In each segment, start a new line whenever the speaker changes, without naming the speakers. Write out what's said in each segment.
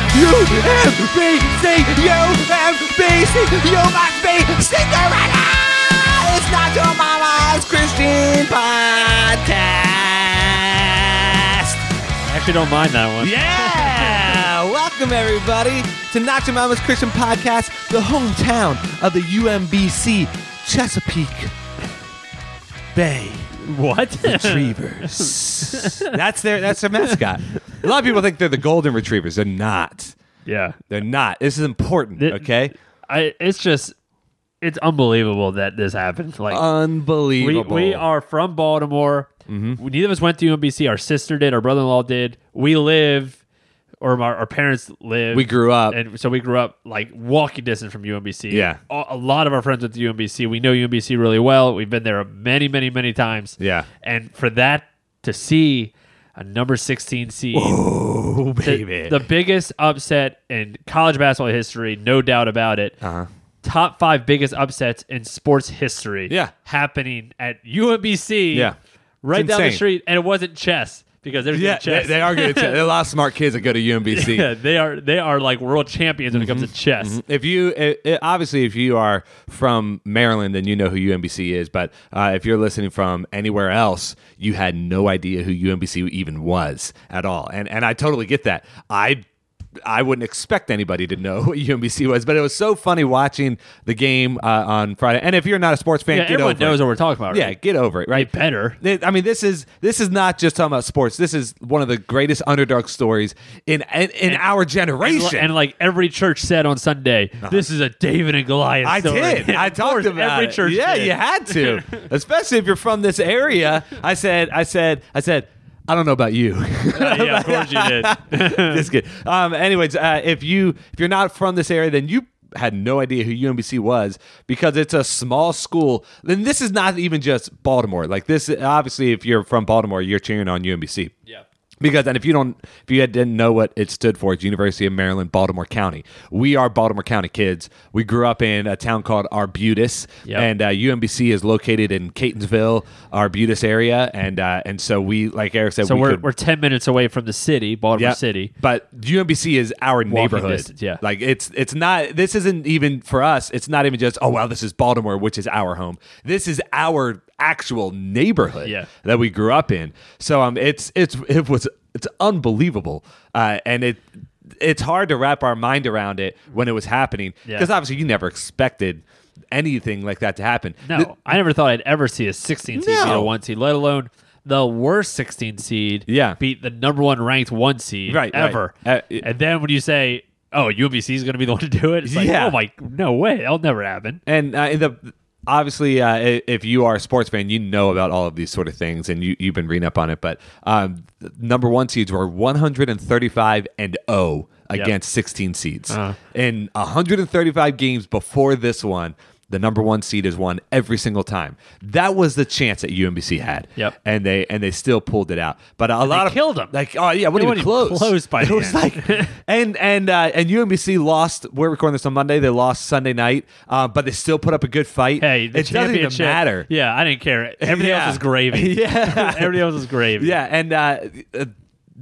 M B C U M B C. You must be Cinderella. It's not your mama's Christian podcast.
I actually don't mind that one.
Yeah! Welcome, everybody, to Not Your Mama's Christian Podcast, the hometown of the UMBC Chesapeake Bay
What?
Retrievers. that's their that's their mascot. A lot of people think they're the Golden Retrievers. They're not.
yeah.
They're not. This is important,
Th-
okay?
I it's just it's unbelievable that this happened. Like we,
Unbelievable. Mm-hmm.
we are from Baltimore. We- Neither of us went to UMBC. Our sister did, our brother in law did. We live or our, our parents live.
We grew up.
and so we grew up like walking distance from UMBC.
Yeah.
a, a lot of our friends went to UMBC. We know UMBC really well. We've been there many, many, many times.
Yeah.
and for that to see a number sixteen seed,
Oh,
the, the biggest upset in college basketball history, no doubt about it.
Uh-huh.
Top five biggest upsets in sports history.
Yeah.
happening at UMBC.
Yeah.
right
It's
down the
insane.
street, and it wasn't chess because there's
yeah,
no
they,
chess.
they are good at chess. There are a lot of smart kids that go to UMBC.
Yeah, they are they are like world champions when
Mm-hmm.
it comes to chess.
If you i i obviously, if you are from Maryland, then you know who UMBC is. But uh, if you're listening from anywhere else, you had no idea who UMBC even was at all. And and I totally get that. I I wouldn't expect anybody to know what UMBC was, but it was so funny watching the game uh, on Friday. And if you're not a sports fan,
Yeah,
get
everyone
over
knows
it.
what we're talking about.
Yeah,
right?
get over it.
They
Right.
better.
Th- I mean, this is this is not just talking about sports. This is one of the greatest underdog stories in in, in our
And, li-
generation.
and like every church said on Sunday, this is a David and Goliath.
Uh-huh. I
story.
did. I
Of
talked
course,
about
every
it.
church.
Yeah,
did.
you had to, especially if you're from this area. I said, I said, I said, I don't know about you.
Uh, yeah, of course you did.
Just kidding. Um, anyways, uh, if you if you're not from this area, then you had no idea who UMBC was because it's a small school. Then this is not even just Baltimore. Like this, obviously, if you're from Baltimore, you're cheering on UMBC.
Yeah.
Because and if you don't, if you didn't know what it stood for, it's University of Maryland, Baltimore County. We are Baltimore County kids. We grew up in a town called Arbutus,
Yep.
and uh, UMBC is located in Catonsville, Arbutus area, and uh, and so we, like Eric said,
So
we
we are
could,
we're ten minutes away from the city, Baltimore
yeah.
City.
But UMBC is our neighborhood.
distance, yeah.
Like it's it's not this isn't even for us, it's not even just, oh wow, this is Baltimore, which is our home. This is our actual neighborhood
Yeah.
that we grew up in. So um it's it's it was it's unbelievable. Uh and it it's hard to wrap our mind around it when it was happening.
Yeah.
Because obviously you never expected anything like that to happen.
No,
Th-
I never thought I'd ever see a 16 seed beat a
No.
one seed, let alone the worst 16 seed
Yeah.
beat the number one ranked one seed
Right, right.
ever.
Uh, it-
and then when you say, "Oh, UMBC is going to be the one to do it," it's like,
Yeah.
"Oh my, no way, that'll never happen."
And uh, in the obviously, uh, i- if you are a sports fan, you know about all of these sort of things, and you you've been reading up on it. But um, the number one seeds were 135 and 0 against 16 seeds
Uh-huh.
in 135 games before this one. The number one seed is won every single time. That was the chance that UMBC had,
Yep.
and they and they still pulled it out. But a lot of
killed 'em.
Like, oh yeah, what even
They weren't even
close?
close by
it
the
was
end.
like and and uh, and UMBC lost. We're recording this on Monday. They lost Sunday night, uh, but they still put up a good fight.
Hey, the
it doesn't even
championship-
matter.
Yeah, I didn't care. Everything
Yeah.
else is gravy.
Yeah.
everything else is gravy.
Yeah, and uh, uh,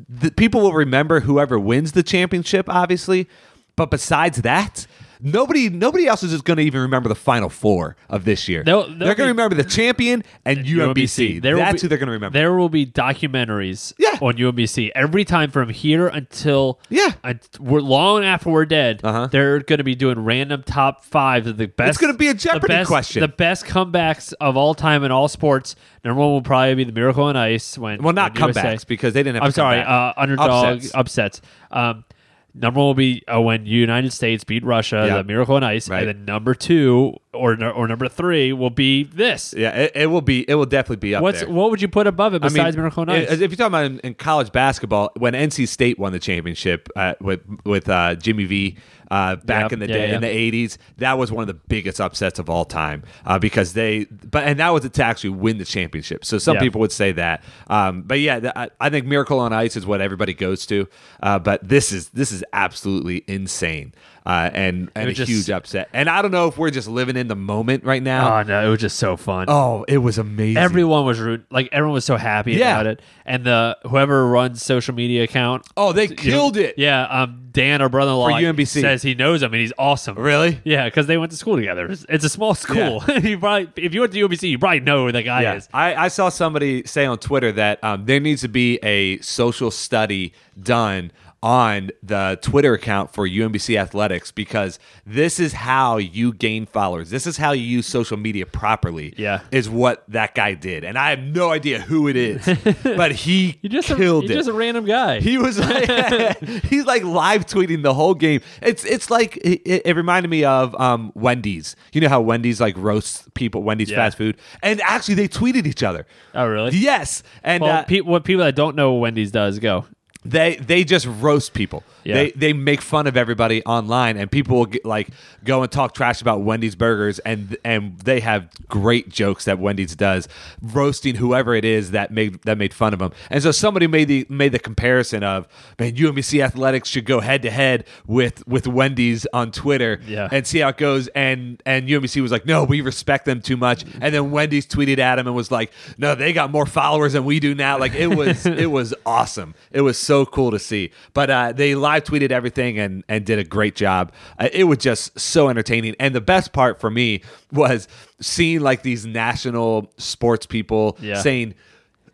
the people will remember whoever wins the championship, obviously. But besides that, nobody nobody else is just going to even remember the final four of this year.
They'll- they'll
they're going
be-
to remember the champion and UMBC.
There will
That's
be-
who they're going to remember.
There will be documentaries
Yeah.
on UMBC every time from here until
Yeah.
unt- we're long after we're dead.
Uh-huh.
They're going to be doing random top five of the best.
gonna be a Jeopardy
the best,
question.
The best comebacks of all time in all sports. Number one will probably be the Miracle on Ice when
well, not
when USA
comebacks because they didn't have.
I'm
to
sorry,
come back.
uh, underdog
Upsets.
upsets. Um, number one will be uh, when United States beat Russia,
Yeah.
the Miracle on Ice,
Right.
and then number two or or number three will be this.
yeah, it, it will be. It will definitely be up
What's
there.
what would you put above it
I mean,
besides Miracle on Ice?
If you're talking about in, in college basketball, when NC State won the championship uh, with with uh, Jimmy V uh, back
Yep.
in the
Yeah,
day
yeah.
in the '80s, that was one of the biggest upsets of all time uh, because they. But and that was to actually win the championship. So some
Yeah.
people would say that. Um, but yeah, th- I, I think Miracle on Ice is what everybody goes to. Uh, but this is this is absolutely insane. uh, and and a
was just-
huge upset. And I don't know if we're just living in the moment right now.
Oh no, it was just so fun.
oh, it was amazing.
Everyone was rude. Like everyone was so happy
Yeah.
about it. And the whoever runs social media account,
oh, they
you know,
killed it.
Yeah, um, Dan, our brother-in-law,
For UMBC.
says he knows him and he's awesome.
Really?
Yeah, because they went to school together. It's, it's a small school. you probably, if you went to UMBC, you probably know who that guy is.
I, I saw somebody say on Twitter that um, there needs to be a social study done on the Twitter account for UMBC Athletics because this is how you gain followers. This is how you use social media properly.
Yeah.
Is what that guy did. And I have no idea who it is, but he
You're just
killed
a,
it.
You're just a random guy.
He was like, he's like live tweeting the whole game. It's it's like it, it reminded me of um, Wendy's. You know how Wendy's like roasts people, Wendy's
Yeah.
fast food, and actually they tweeted each other.
oh, really?
Yes, and
Well,
uh,
pe- what people that don't know what Wendy's does go.
they they just roast people.
Yeah.
They they make fun of everybody online, and people will get, like go and talk trash about Wendy's burgers, and and they have great jokes that Wendy's does roasting whoever it is that made that made fun of them. And so somebody made the made the comparison of man, UMBC athletics should go head to head with with Wendy's on Twitter,
Yeah.
and see how it goes. And and UMBC was like, no, we respect them too much. And then Wendy's tweeted at him and was like, no, they got more followers than we do now. Like it was it was awesome. It was so cool to see. But uh, they live tweeted everything and and did a great job. Uh, it was just so entertaining. And the best part for me was seeing like these national sports people
Yeah.
saying.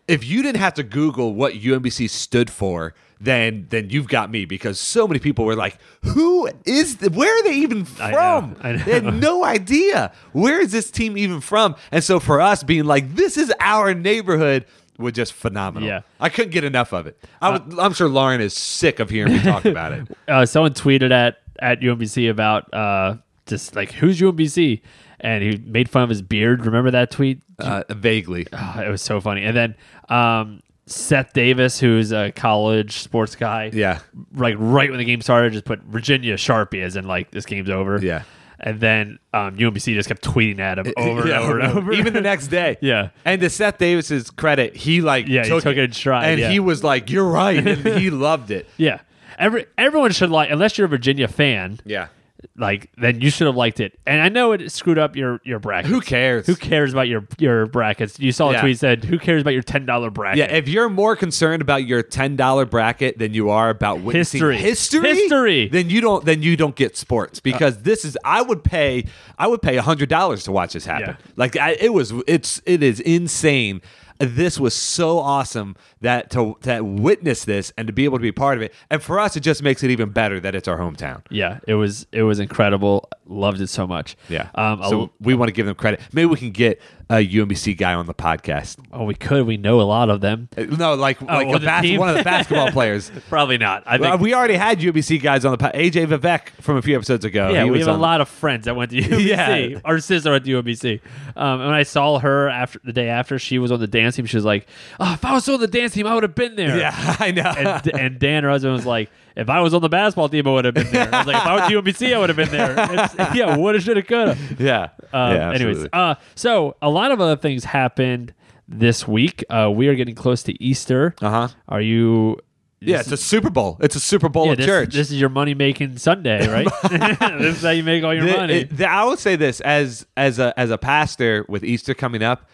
If you didn't have to Google what UMBC stood for, then then you've got me because so many people were like, "Who is? The, where are they even
I
from?
know, I know.
They had no idea. Where is this team even from? And so for us being like, this is our neighborhood was just phenomenal.
Yeah.
I couldn't get enough of it. I would, I'm sure Lauren is sick of hearing me talk about it.
uh, someone tweeted at at UMBC about uh, just like who's UMBC, and he made fun of his beard. Remember that tweet?
Uh, vaguely.
Ah, it was so funny. And then um, Seth Davis, who's a college sports guy,
Yeah.
like right when the game started, just put Virginia Sharpie as in like this game's over.
Yeah.
And then um, UMBC just kept tweeting at him over
Yeah,
and over and over.
Even the next day.
Yeah.
And to Seth Davis's credit, he like
Yeah, he
took,
took it in stride,
And
yeah.
he was like, You're right. And he loved it.
yeah. Every everyone should like unless you're a Virginia fan,
Yeah.
like then you should have liked it. And I know it screwed up your your bracket.
Who cares?
Who cares about your your brackets? You saw a
Yeah.
tweet said, "Who cares about your ten dollar bracket?"
Yeah, if you're more concerned about your ten dollar bracket than you are about witnessing
History.
history,
History.
then you don't then you don't get sports because this is I would pay I would pay hundred dollars to watch this happen.
Yeah.
Like I, it was it's it is insane. This was so awesome that to to witness this and to be able to be part of it, and for us, it just makes it even better that it's our hometown.
yeah, it was it was incredible. Loved it so much. Um,
so
I'll-
we want to give them credit. Maybe we can get a UMBC guy on the podcast.
oh, we could. We know a lot of them.
Uh, No, like like
Oh, well,
a
the
bas-
team.
one of the basketball players.
Probably not. I think.
Well, we already had UBC guys on the pod. AJ Vivek from a few episodes ago.
yeah,
He
we
was
have a
on-
lot of friends that went to UBC.
Yeah.
Our sister went to UBC. Um, and when I saw her after the day after, she was on the dance team. She was like, "Oh, if I was on the dance team, I would have been there."
Yeah, I know.
and, and Dan, her husband, was like, if I was on the basketball team, I would have been there. I was like, if I went to UMBC, I would have been there. It's, yeah, woulda, shoulda, coulda.
yeah.
Um,
yeah
anyways,
absolutely.
uh, so a lot of other things happened this week. Uh, we are getting close to Easter.
Uh-huh.
Are you?
yeah, it's a Super Bowl. It's a Super Bowl
Yeah,
at
this,
church.
this is your money making Sunday, right? this is how you make all your
The-
money.
it- the- I would say this as as a as a pastor with Easter coming up,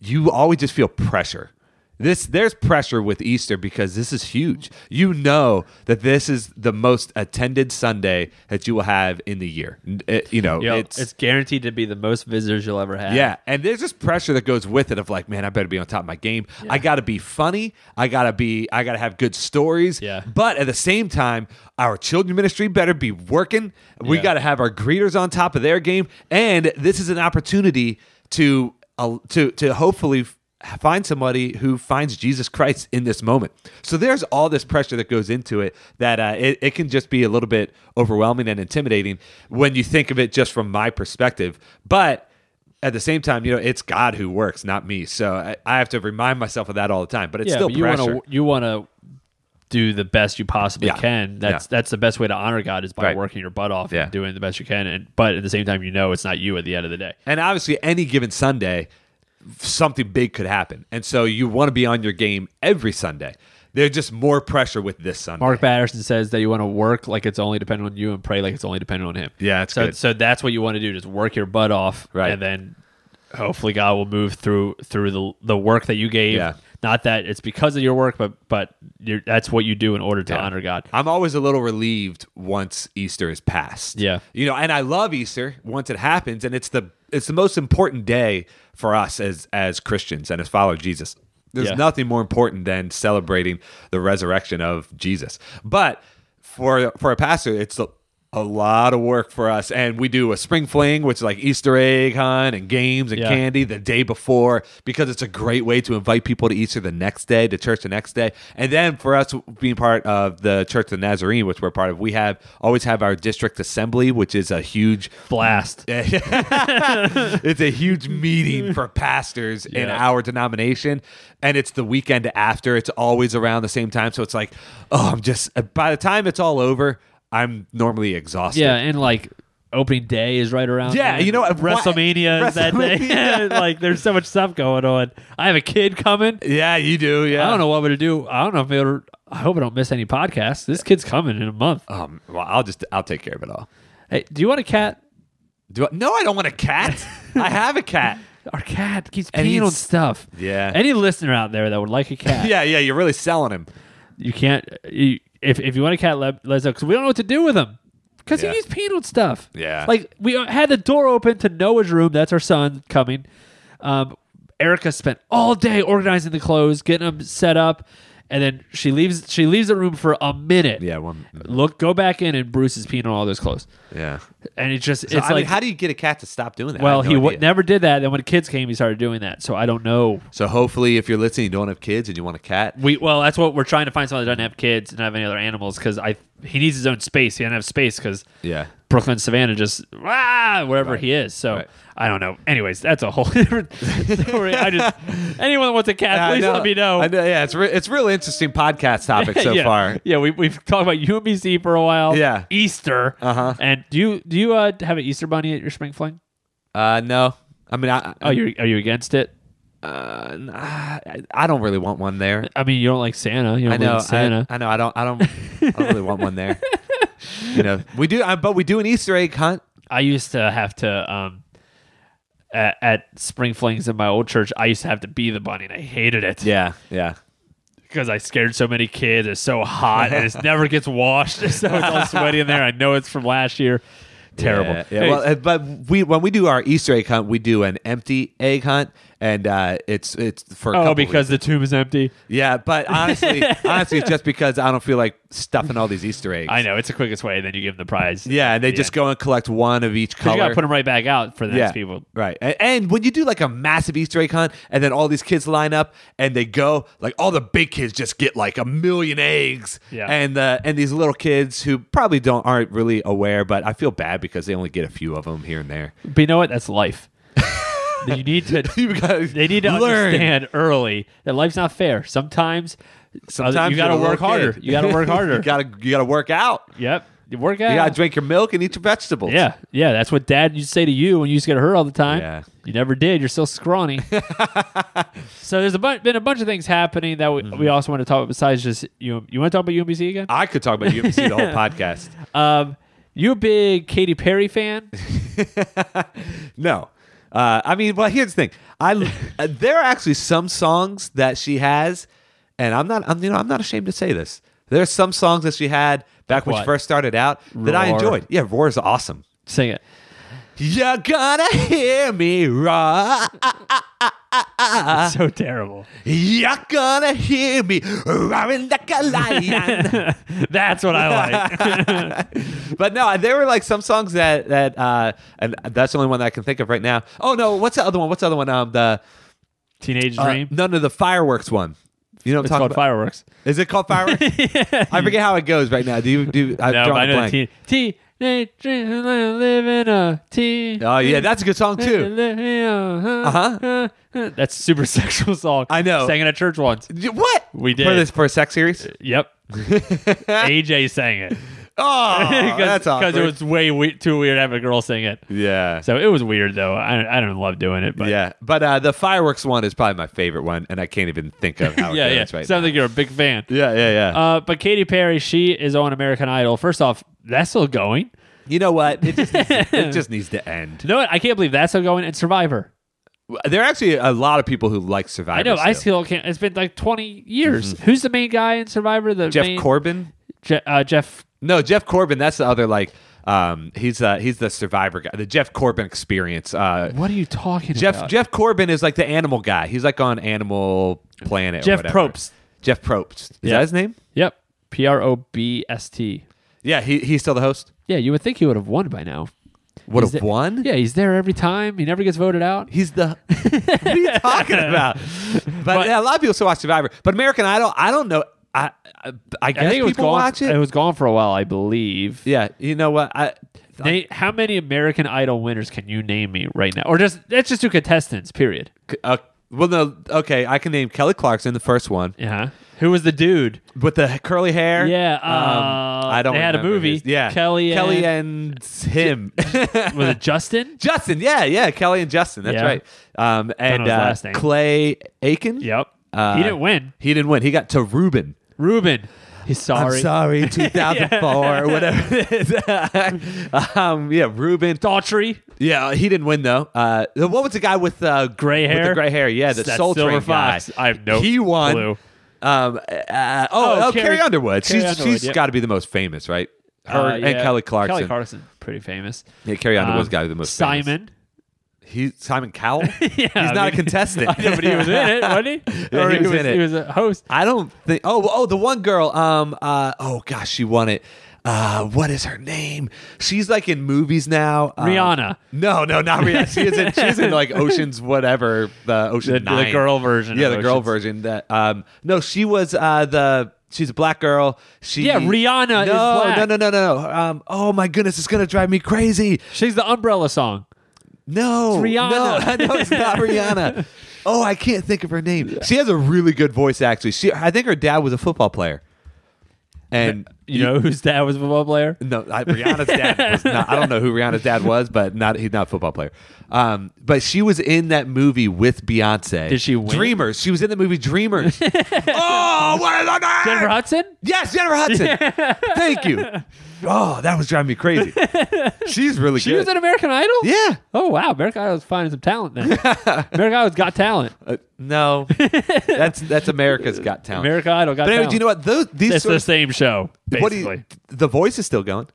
you always just feel pressure. This there's pressure with Easter because this is huge. You know that this is the most attended Sunday that you will have in the year. N- it- you know,
Yo,
it's
it's, guaranteed to be the most visitors you'll ever have.
Yeah, and there's this pressure that goes with it of like, man, I better be on top of my game. I gotta be funny. I gotta be. I gotta have good stories.
Yeah.
But at the same time, our children ministry better be working. We
Yeah.
gotta have our greeters on top of their game, and this is an opportunity to uh, to to hopefully. f- Find somebody who finds Jesus Christ in this moment. So there's all this pressure that goes into it that uh, it, it can just be a little bit overwhelming and intimidating when you think of it just from my perspective. But at the same time, you know, it's God who works, not me. So I, I have to remind myself of that all the time. But it's
yeah.
still
but you
pressure.
want to you want to do the best you possibly
Yeah.
can. That's
Yeah.
that's the best way to honor God is by
Right.
working your butt off
Yeah.
and doing the best you can. And but at the same time, you know it's not you at the end of the day.
and obviously, any given Sunday, something big could happen. And so you want to be on your game every Sunday. There's just more pressure with this Sunday.
Mark Patterson says that you want to work like it's only dependent on you and pray like it's only dependent on him.
Yeah, that's
so
good.
so that's what you want to do. Just work your butt off,
Right.
And then hopefully God will move through through the the work that you gave.
Yeah.
Not that it's because of your work, but but you're, that's what you do in order to honor God.
I'm always a little relieved once Easter is past.
Yeah.
You know, and I love Easter once it happens and it's the it's the most important day for us as as Christians and as followers of Jesus. There's
Yeah.
nothing more important than celebrating the resurrection of Jesus. But for for a pastor, it's a, a lot of work for us and we do a spring fling which is like Easter egg hunt and games and
Yeah.
candy candy the day before because it's a great way to invite people to Easter the next day, to church the next day. And then for us being part of the Church of the Nazarene, which we're part of, we have always have our district assembly, which is a huge
Blast.
it's a huge meeting for pastors in
Yeah.
our denomination and it's the weekend after it's always around the same time so it's like oh i'm just by the time it's all over i'm normally exhausted
Yeah, and like opening day is right around.
Yeah,
then.
you know, why-
WrestleMania is that day.
WrestleMania.
like, there's so much stuff going on. I have a kid coming.
yeah you do yeah
I don't know what I'm gonna do. I don't know if it'll, I hope I don't miss any podcasts. This kid's coming in a month.
um, well i'll just i'll take care of it all
Hey, do you want a cat?
Do I, no, I don't want a cat. I have a cat.
Our cat keeps
And
peeing on
he's-
stuff.
Yeah.
Any listener out there that would like a cat,
Yeah, yeah, you're really selling him.
you can't. You, if if you want a cat, let let us know because we don't know what to do with him because
Yeah.
he keeps peeing on stuff.
Yeah.
Like we uh, had the door open to Noah's room. That's our son coming. Um, Erica spent all day organizing the clothes, getting them set up, and then she leaves. She leaves the room for a minute.
Yeah, one.
Look, go back in, and Bruce is peeing on all those clothes,
Yeah.
and it's just
So,
it's
I mean,
like
how do you get a cat to stop doing that? I
well
have no
he w-
idea.
never did that. Then when kids came, he started doing that. So I don't know.
So hopefully, if you're listening, you don't have kids and you want a cat.
We well, that's what we're trying to find someone that doesn't have kids and have any other animals because I he needs his own space. He doesn't have space because
Yeah.
Brooklyn Savannah just ah, wherever he is. So
Right.
I don't know. Anyways, that's a whole different story. I just anyone that wants a cat,
I
please
know-
let me know.
I know, yeah, it's re- it's real interesting podcast topic so
yeah.
far.
yeah, we we've talked about UMBC for a while.
Yeah.
Easter.
Uh-huh.
And do you do you uh, have an Easter bunny at your spring fling?
Uh, no, I mean, I,
Oh, you are you against it?
uh, nah, I I don't really want one there.
I mean, you don't like Santa. You don't
I know,
believe in Santa.
I, I know, I don't, I don't, I don't really want one there. You know, we do, uh, but we do an Easter egg hunt.
I used to have to um at, at spring flings in my old church. I used to have to be the bunny, and I hated it
Yeah, yeah.
because I scared so many kids. It's so hot, and it never gets washed, so it's all sweaty in there. I know it's from last year. Terrible.
Yeah, yeah. Well, uh, but we when we do our Easter egg hunt, we do an empty egg hunt, and uh, it's it's for a
oh,
couple
because
reasons.
the tomb is empty.
yeah. But honestly, honestly, it's just because I don't feel like stuffing all these Easter eggs.
I know it's the quickest way. Then you give them the prize.
Yeah, and they
at the
just
end.
go and collect one of each
'Cause
color.
You gotta put them right back out for the
yeah,
next people.
right. And, and when you do like a massive Easter egg hunt, and then all these kids line up and they go, like all the big kids just get like a million eggs,
Yeah.
and uh, and these little kids who probably don't aren't really aware, but I feel bad because they only get a few of them here and there.
But you know what? That's life. you need to
You guys
They need to
learn.
understand early that life's not fair. Sometimes, uh,
Sometimes
you got to
you're a
work
little
harder.
kid.
You got to work
you
harder.
gotta you gotta work out.
yep, you work out.
You gotta drink your milk and eat your vegetables.
yeah, yeah. That's what Dad used to say to you when you used to get hurt all the time.
Yeah.
You never did. You're still scrawny. so there's a bu- been a bunch of things happening that we,
Mm-hmm.
we also want to talk about besides just you. You want to talk about UMBC again?
I could talk about UMBC the whole podcast.
Um, you a big Katy Perry fan?
No, uh, I mean, well, here's the thing. I uh, there are actually some songs that she has, and I'm not, I'm you know, I'm not ashamed to say this. There are some songs that she had back when she
what?
first started out that I
Roar.
enjoyed. Yeah, Roar is awesome.
Sing it.
You're gonna hear me roar. Uh.
it's so terrible.
You're gonna hear me roaring like a lion.
That's what I like.
but no, there were like some songs that that uh, and that's the only one that I can think of right now. Oh no, what's the other one? What's the other one? Um, the
Teenage
uh,
Dream.
no, no, the fireworks one. You know what
it's
I'm
called
talking about?
Fireworks.
Is it called fireworks? I forget how it goes right now. Do you do? I've
No, but
drawn
I
a
know
blank.
the teen, teenage dream, live in a teen.
oh Uh-huh. yeah, that's a good song too.
Uh huh. That's a super sexual song.
I know.
Sang it at church once.
You- What
We
for
did.
this for a sex series?
Yep. AJ sang it.
Oh, that's awkward.
because it was way we- too weird to have a girl sing it.
yeah.
So it was weird though. I I don't love doing it, but
yeah, but uh, the fireworks one is probably my favorite one, and I can't even think of how it
yeah, yeah.
goes right
Sounds
now.
like you're a big fan.
yeah, yeah, yeah.
Uh, but Katy Perry, she is on American Idol. First off, that's still going.
you know what? It just needs, it just needs to end.
You know what? I can't believe that's still going. And Survivor.
There are actually a lot of people who like Survivor.
I know. I
still. Mm-hmm.
still can't. It's been like 20 years. Who's the main guy in Survivor? The
Jeff
main,
Corbin.
Je- uh, Jeff.
No, Jeff Corbin. That's the other like. Um, he's uh, he's the Survivor guy. The Jeff Corbin experience. Uh,
What are you talking
Jeff
about?
Jeff Corbin is like the animal guy. He's like on Animal Planet. or
Jeff
whatever.
Probst.
Jeff Probst. Is
Yeah.
that his name?
Yep. P R O B S T.
Yeah, he, he's still the host.
Yeah, you would think he would have won by now.
Would
He's
have
the-
won.
Yeah, he's there every time. He never gets voted out.
He's the. what are you talking about? But, yeah, a lot of people still watch Survivor, but American Idol. I don't know. I I, I guess
I think it was
people
gone.
watch it.
was gone for a while, I believe.
yeah, you know what? I
Nate, how many American Idol winners can you name me right now? Or just let's just do contestants. Period.
uh, well no okay. I can name Kelly Clarkson the first one
Yeah. Who was the dude?
with the curly hair.
Yeah, uh,
um, I don't.
they had a
remember
movie,
his- yeah,
Kelly
Kelly and him.
Was it Justin?
Justin, yeah, yeah, Kelly and Justin. That's
Yeah.
right. Um, and
his
uh,
last name.
Clay Aiken.
Yep.
Uh,
he didn't win.
He didn't win. He got to Ruben.
Ruben. He's sorry.
I'm sorry, 2004 or whatever it is. um, yeah, Ruben.
Daughtry.
Yeah, he didn't win though. Uh, the- what was the guy with uh,
Gray
with
hair?
the gray hair, yeah, the
That
Soul
Silver
Train guy.
Fox. I have no
He won.
clue.
Um, uh, oh,
Oh,
oh,
Carrie-
Carrie Underwood.
Carrie
she's
Underwood,
she's
yep.
got to be the most famous, right? Her
Uh,
and
yeah.
Kelly Clarkson.
Kelly Clarkson, pretty famous.
yeah, Carrie Underwood's
Um,
got to be the most famous.
Simon.
He Simon Cowell. he's
I
not
mean-
a contestant.
yeah, but he was in it, wasn't he?
Yeah,
Or
he was in it.
He was a host.
I don't think. Oh, oh, the one girl. Um. Uh. Oh gosh, she won it. Uh. What is her name? She's like in movies now. Um,
Rihanna.
No, no, not Rihanna. She is in. She's in like Ocean's whatever. The Ocean
The- the
Nine.
girl version
Yeah,
of
the girl
Ocean's.
version. That. Um. No, she was. Uh. The. She's a black girl. She.
Yeah, Rihanna is
No,
black.
no, no, no, no, no. Um. Oh my goodness, it's gonna drive me crazy.
She's the Umbrella song.
No,
It's Rihanna.
No, no, it's not Rihanna. Oh, I can't think of her name. She has a really good voice, actually. She, I think her dad was a football player. And
You know whose dad was a football player?
no, I, Rihanna's dad was not. I don't know who Rihanna's dad was, but not he's not a football player. Um, but she was in that movie with Beyonce.
Did she win?
Dreamers. She was in the movie Dreamers. oh, what is her name?
Jennifer Hudson?
Yes, Jennifer Hudson. Thank you. Oh, that was driving me crazy. She's really
She
good.
was in American Idol?
yeah.
Oh wow, American Idol's finding some talent then. American Idol's got talent.
Uh, no, that's that's America's Got Talent.
American Idol got
but anyway,
talent.
do you know what? Those these
it's
sort
the
of,
same show,
what do
basically.
you- the voice is still going.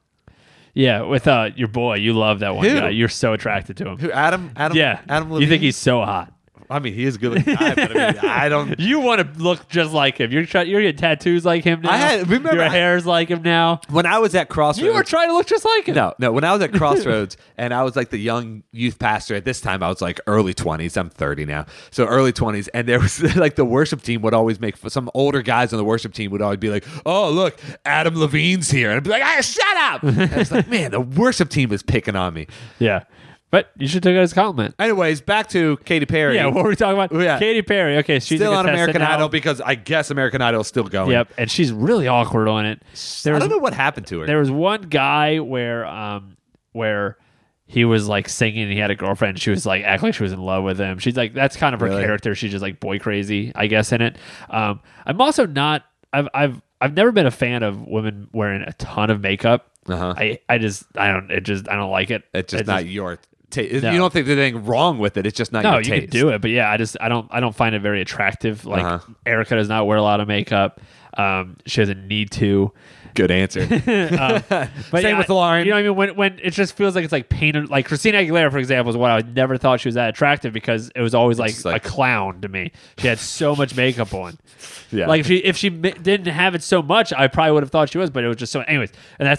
yeah, with uh, your boy, you love that one
Who?
guy. You're so attracted to him.
Who Adam? Adam?
Yeah,
Adam.
you
Levine?
think he's so hot.
I mean, he is a good looking guy, but I, mean, I don't.
You want to look just like him. You're try- you're getting tattoos like him now.
I had- remember,
your
I-
hair's like him now.
When I was at Crossroads,
You were trying to look just like him.
no, no. When I was at Crossroads, and I was like the young youth pastor at this time, I was like early twenties. I'm thirty now, so early twenties. And there was like the worship team would always make some older guys on the worship team would always be like, "Oh, look, Adam Levine's here," and I'd be like, "Ah, shut up!" And I was like, "Man, the worship team is picking on me."
Yeah, but you should take it as a compliment.
Anyways, back to Katy Perry.
Yeah, what were we talking about?
Yeah.
Katy Perry. Okay, she's
still
a
on
contestant
American
now.
Idol because I guess American Idol is still going.
Yep, and she's really awkward on it. There
I
was
don't know what happened to her.
there was one guy where um where he was like singing and he had a girlfriend she was like act like she was in love with him she's like that's kind of her
Really?
character she's just like boy crazy i guess in it um i'm also not i've i've i've never been a fan of women wearing a ton of makeup
Uh-huh.
i i just i don't it just i don't like it
it's just
It
not your taste.
No.
You don't think there's anything wrong with it. It's just not
no,
your
you
taste.
could do it, but yeah, I just I don't I don't find it very attractive. Like
Uh-huh.
Um,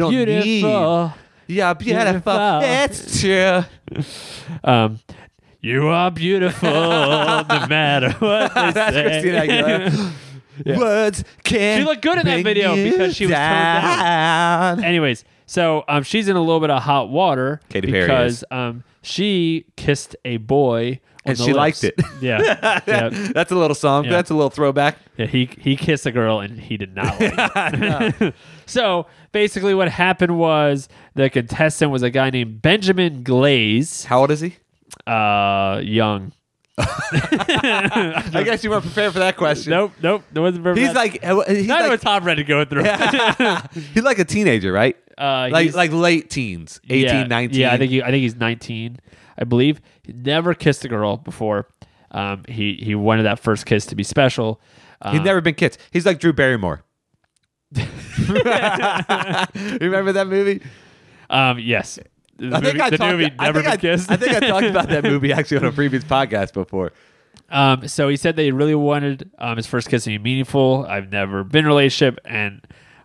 Um, um, she kissed a boy, on
And
the
she liked it.
lips. Yeah, yeah,
That's a little song.
Yeah.
That's a little throwback.
yeah. He he kissed a girl and he did not like it. so basically, what happened was the contestant was a guy named Benjamin Glaze,
How old is he?
uh, young.
I guess you weren't prepared for that question.
Nope, nope. That wasn't very
He's
bad.
like uh, he's
I know
like,
what Tom Reddick going through.
he's like a teenager, right?
Uh,
Like
he's-
like late teens, 18,
yeah,
19.
Yeah, I think he, I think he's 19, I believe. He never kissed a girl before. Um, he he wanted that first kiss to be special. Uh,
He's never been kissed. He's like Drew Barrymore. you remember that movie?
um, yes, the
I
movie,
think I
the
talked.
movie
I
never
think I-
been kissed.
I think I talked about that movie actually on a previous podcast before.
Um, so he said that he really wanted um, his first kiss to be meaningful. I've never been in a relationship, and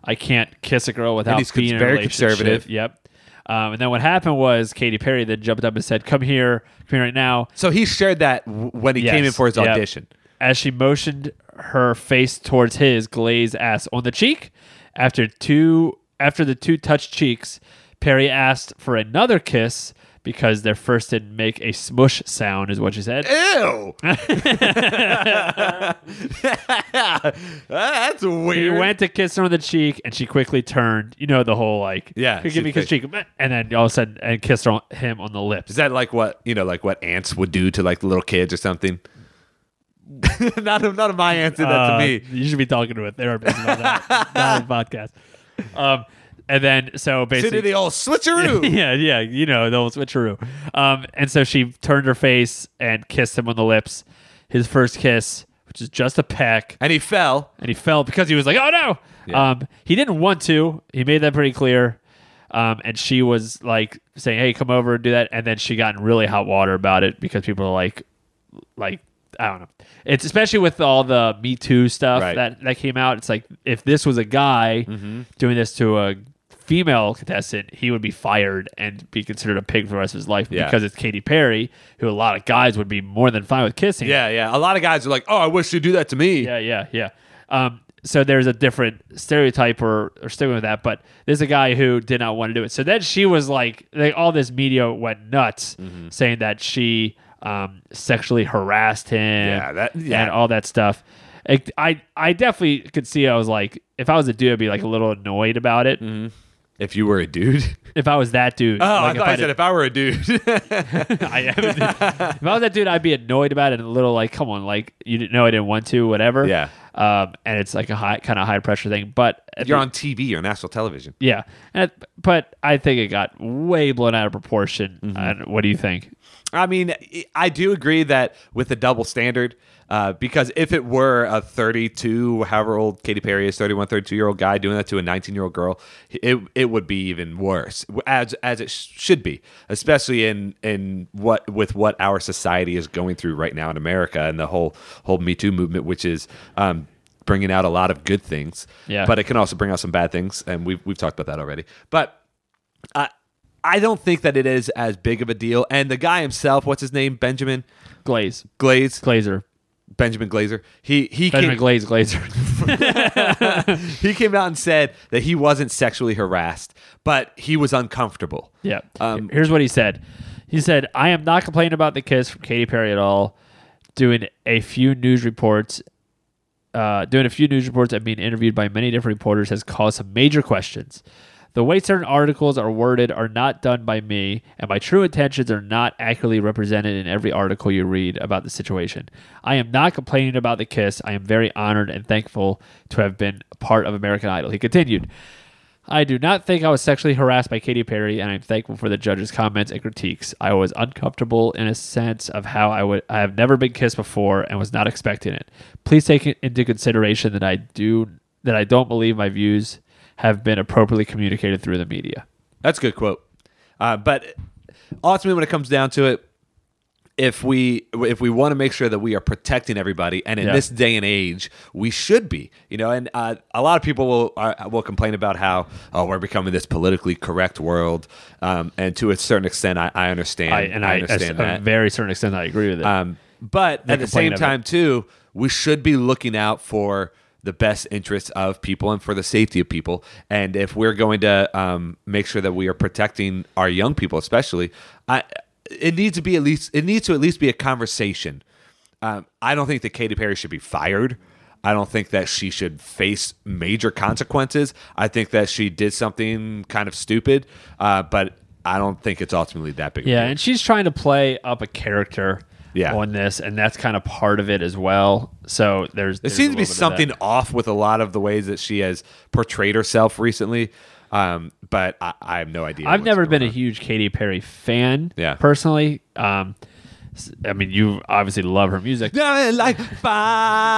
I can't kiss a girl without
he's
being in a
very
relationship.
conservative.
Yep. Um, and then what happened was Katy Perry then jumped up and said, "Come here, come here right now."
So he shared that w- when he came in
Yes,
for his
yep.
audition.
As she motioned her face towards his glazed ass on the cheek, after two after the two touched cheeks, Perry asked for another kiss because their first didn't make a smush sound, is what she said.
Ew! That's
He
weird.
went to kiss her on the cheek, and she quickly turned. You know the whole like,
Yeah,
give me a kiss
she's
cheek, and then all of a sudden, and kissed her on, him on the lips.
Is that like what you know, like what ants would do to like little kids or something? not of, not of my ants did that
Uh,
to me.
You should be talking to a therapist about that, not on podcast. Um, and then so
She
basically,
did the old switcheroo.
yeah, yeah, you know, the old switcheroo. Um, and so she turned her face and kissed him on the lips. His first kiss, which is just a peck,
and he fell.
and he fell because he was like, "Oh no!"
Yeah.
Um, he didn't want to. He made that pretty clear. Um, and she was like saying, "Hey, come over and do that." And then she got in really hot water about it because people are like, like I don't know. It's especially with all the Me Too stuff
Right. Mm-hmm.
that that came out. It's like if this was a guy doing this to a female contestant, he would be fired and be considered a pig for the rest of his life
Yeah.
because it's Katy Perry, who a lot of guys would be more than fine with kissing.
Yeah, yeah. A lot of guys are like, "Oh, I wish you'd do that to me."
Yeah, yeah, yeah. Um, so there's a different stereotype or, or stigma with that, but there's a guy who did not want to do it. So then she was like, like all this media went nuts
Mm-hmm.
saying that she um, sexually harassed him
Yeah, that- yeah.
and all that stuff. It, I I definitely could see I was like, if I was a dude, I'd be like a little annoyed about it.
If you were a dude.
If I was that dude,
Mm-hmm. Oh,
like
I
if
thought you
did-
said if I were a dude.
I am. a dude. if I was that dude, I'd be annoyed about it and a little like, come on, like you didn't know I didn't want to, whatever.
Yeah.
Um, and it's like a high kind of high pressure thing, but at
You're
the-
on TV, you're on national television.
Yeah, and, but I think it got way blown out of proportion. Uh, what do you think?
I mean, I do agree that with the double standard, uh, because if it were a 32, however old Katy Perry is, 31, 32 year old guy doing that to a 19 year old girl, it it would be even worse, as as it sh- should be, especially in in what with what our society is going through right now in America and the whole whole Me Too movement, which is. Um, bringing out a lot of good things
Yeah.
but it can also bring out some bad things and we've, we've talked about that already but I Uh, I don't think that it is as big of a deal. And the guy himself, what's his name, Benjamin
Glaze,
Glaze,
Glazer,
Benjamin Glazer. He he
Benjamin
came,
Glaze, Glazer.
he came out and said that he wasn't sexually harassed, but he was uncomfortable.
yeah.
Um,
Here's what he said. He said, "I am not complaining about the kiss from Katy Perry at all. Doing a few news reports." Uh, doing a few news reports and being interviewed by many different reporters has caused some major questions. The way certain articles are worded are not done by me, and my true intentions are not accurately represented in every article you read about the situation. I am not complaining about the kiss. I am very honored and thankful to have been a part of American Idol. He continued, I do not think I was sexually harassed by Katy Perry, and I'm thankful for the judges' comments and critiques. I was uncomfortable in a sense of how I would I have never been kissed before and was not expecting it. Please take it into consideration that I do that I don't believe my views have been appropriately communicated through the media.
That's a good quote. Uh, but ultimately, when it comes down to it, if we if we want to make sure that we are protecting everybody, and in
Yeah.
this day and age, we should be, you know, and uh, a lot of people will are, will complain about how oh we're becoming this politically correct world, um, and to a certain extent, I, I understand,
I, and I,
understand
to
that.
a very certain extent, I agree with it.
Um, but at the
complain
same
of it.
time, too, we should be looking out for the best interests of people and for the safety of people. And if we're going to um, make sure that we are protecting our young people, especially, I it needs to be at least it needs to at least be a conversation. Um, I don't think that Katy Perry should be fired. I don't think that she should face major consequences. I think that she did something kind of stupid, uh, but I don't think it's ultimately that big. of a
Yeah,
deal.
and she's trying to play up a character
Yeah.
on this, and that's kind of part of it as well. So there's,
There seems to be something off with a lot of the ways that she has portrayed herself recently, um, but I, I have no idea.
I've
what's
never
going
been a
on.
huge Katy Perry fan,
Yeah.
personally. Um, s- I mean, you obviously love her music.
Now it's like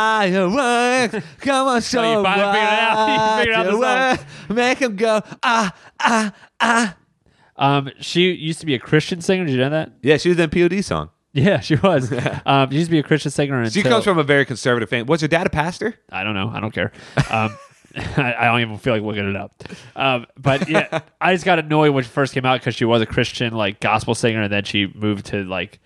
fireworks, come on, show
you finally figured it out. You
what
figured out the
you
song.
were. Make him go ah ah ah.
Um, she used to be a Christian singer. Did you know that?
Yeah, she was in POD song.
Yeah, she was. um, she used to be a Christian singer. Until,
She comes from a very conservative family. Was her dad a pastor?
I don't know. I don't care. Um, I, I don't even feel like looking it up. Um, but yeah, I just got annoyed when she first came out because she was a Christian like gospel singer, and then she moved to like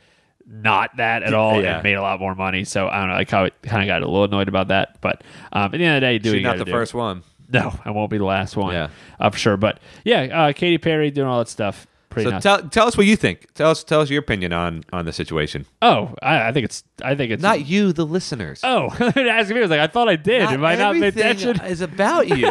not that at all
Yeah.
and made a lot more money. So I don't know. I kind of got a little annoyed about that. But um, at the end of the day, you do what
She's
you
not
gotta
the
do.
first one.
No, I won't be the last one.
Yeah.
uh, for sure. But yeah, uh, Katy Perry doing all that stuff. Pretty
So
nuts.
tell tell us what you think. Tell us tell us your opinion on on the situation.
oh, I, I think it's. I think it's
Not you, the listeners.
Oh, asking me I was like, I thought I did. Am I not paying
everything
attention?
Is about you.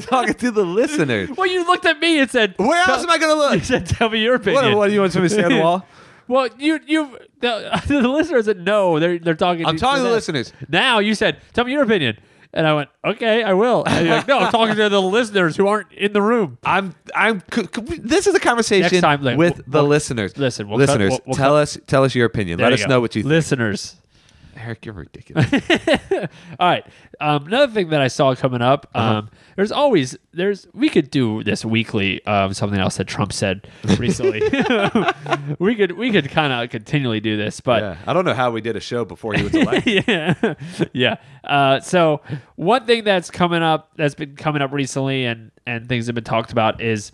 Talking to the listeners.
Well, you looked at me and said,
Where
"Tell-
else am I going to
You
look?
said, "Tell me your opinion."
What, what do you want somebody to say on the wall?
Well, you you the, the listener said no. They're they're talking.
I'm talking to the
them.
listeners.
Now you said, "Tell me your opinion," and I went, "Okay, I will." And you're like, no, I'm talking to the listeners who aren't in the room.
I'm. I'm. c- c- This is a conversation
Next time, like,
with
we'll-
the
we'll-
listeners.
listen, we'll cut-
listeners,
we'll- we'll
tell us. Tell us your opinion.
There
Let us
you go.
know what you think.
listeners.
Eric, you're ridiculous.
All right. Um, another thing that I saw coming up.
Uh-huh.
Um, There's always there's we could do this weekly. Um, something else that Trump said recently. we could we could kind of continually do this, but
yeah. I don't know how we did a show before he was elected.
yeah, yeah. Uh, so one thing that's coming up, that's been coming up recently, and and things have been talked about is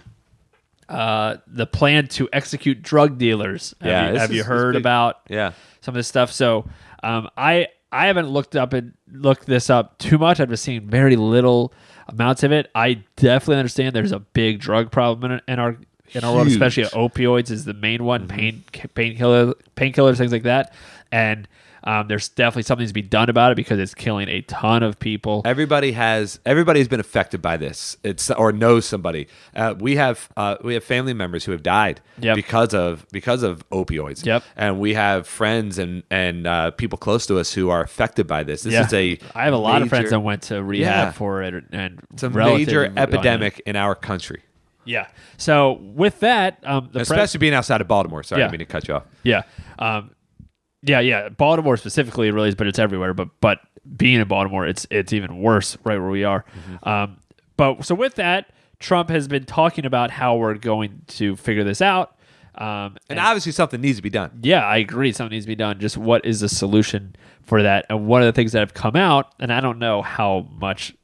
uh, the plan to execute drug dealers. Have
Yeah,
you,
this
have you
is- this
heard
big-
about
yeah.
some of this stuff? So um, I I haven't looked up and looked this up too much. I've just seen very little amounts of it. I definitely understand there's a big drug problem in, in our in our world,
Huge. Mm-hmm.
especially opioids is the main one, pain painkiller painkillers, things like that, and um, there's definitely something to be done about it because it's killing a ton of people.
Everybody has everybody has been affected by this. It's or knows somebody. Uh, we have uh, we have family members who have died
Yep.
because of because of opioids.
Yep.
And we have friends and and uh, people close to us who are affected by this. This is a
I have a lot of friends
major-
that went to rehab
Yeah.
for it, and
It's a major epidemic in our country,
Yeah. So with that, um, the pres-
especially being outside of Baltimore. Sorry,
Yeah.
I mean to cut you off.
Yeah. Um, yeah, yeah. Baltimore specifically, it really is, but it's everywhere. But but being in Baltimore, it's it's even worse right where we are. Um, but so with that, Trump has been talking about how we're going to figure this out. Um,
And obviously, something needs to be done.
yeah, I agree. Something needs to be done. Just what is the solution for that? And one of the things that have come out, and I don't know how much.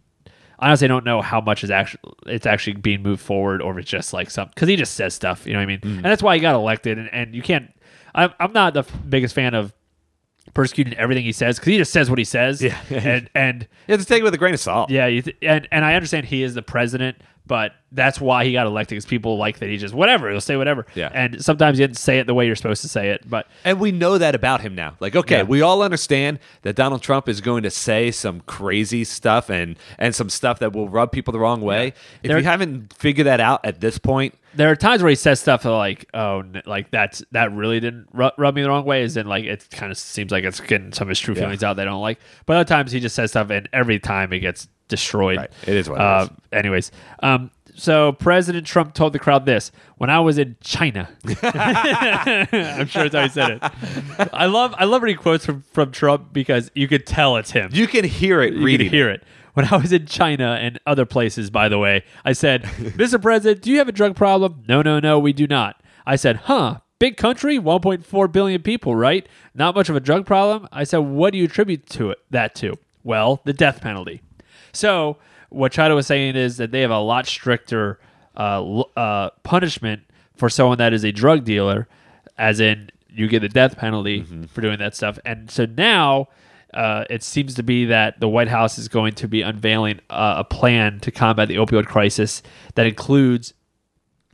Honestly, I don't know how much is actually it's actually being moved forward, or if it's just like some because he just says stuff. You know what I mean? And that's why he got elected. And, and you can't. I'm I'm not the f- biggest fan of persecuting everything he says because he just says what he says. Yeah. and and
You have to take it with a grain of salt.
yeah, you th- and and I understand he is the president, but that's why he got elected because people like that he just whatever he'll say whatever.
Yeah.
And sometimes you didn't say it the way you're supposed to say it, but
And we know that about him now. Like, okay,
Yeah.
we all understand that Donald Trump is going to say some crazy stuff and and some stuff that will rub people the wrong way. If
There-
you haven't figured that out at this point,
there are times where he says stuff that like, oh, n- like that's that really didn't ru- rub me the wrong way. Is then like it kind of seems like it's getting some of his true feelings out. They don't like, but other times he just says stuff, and every time it gets destroyed.
Right. It is what it
uh,
is.
Anyways, um, so President Trump told the crowd this: "When I was in China, I'm sure that's how he said it. I love I love reading quotes from from Trump because you could tell it's him
you can hear it
you
reading.
could hear it. When I was in China and other places, by the way, I said, Mr. President, do you have a drug problem? No, no, no, we do not. I said, huh, big country, 1.4 billion people, right? Not much of a drug problem. I said, what do you attribute to it, that to? Well, the death penalty. So what China was saying is that they have a lot stricter uh, l- uh, punishment for someone that is a drug dealer, as in you get the death penalty for doing that stuff. And so now uh, it seems to be that the White House is going to be unveiling uh, a plan to combat the opioid crisis that includes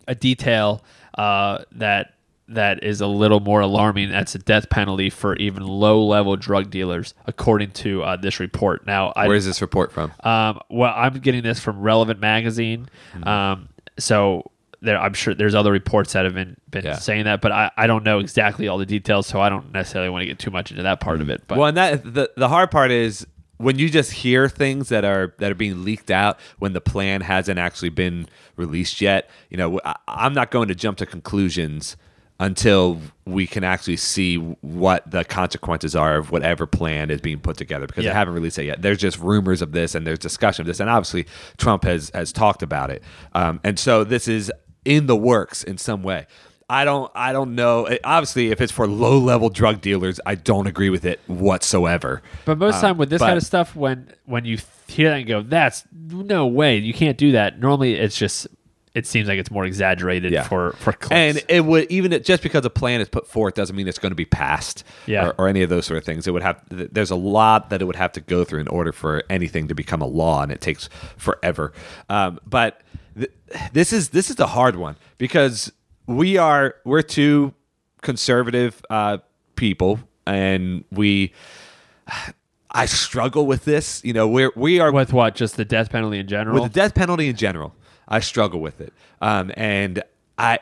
a detail uh, that that is a little more alarming. That's a death penalty for even low level drug dealers, according to uh, this report. Now, I,
Where is this report from?
um, well, I'm getting this from Relevant Magazine. Um, so there, I'm sure there's other reports that have been been
Yeah.
saying that, but I, I don't know exactly all the details, so I don't necessarily want to get too much into that part of it. But
Well, and that the, the hard part is when you just hear things that are that are being leaked out when the plan hasn't actually been released yet. You know, I, I'm not going to jump to conclusions until we can actually see what the consequences are of whatever plan is being put together because
Yeah.
they haven't released it yet. There's just rumors of this and there's discussion of this, and obviously Trump has has talked about it, um, and so this is in the works in some way. I don't I don't know. It- obviously, if it's for low level drug dealers, I don't agree with it whatsoever.
um, But most time with this
but-
kind of stuff, when when you hear that and go, "That's no way, you can't do that." Normally, it's just it seems like it's more exaggerated
Yeah.
for for clicks.
And it would even it- just because a plan is put forth doesn't mean it's going to be passed,
Yeah.
or, or any of those sort of things. It would have th- there's a lot that it would have to go through in order for anything to become a law, and it takes forever. Um, but th- this is this is the hard one because we are we're two conservative uh, people, and we. I struggle with this. You know, we're we are
with what just the death penalty in general.
with the death penalty in general, I struggle with it. Um, and I,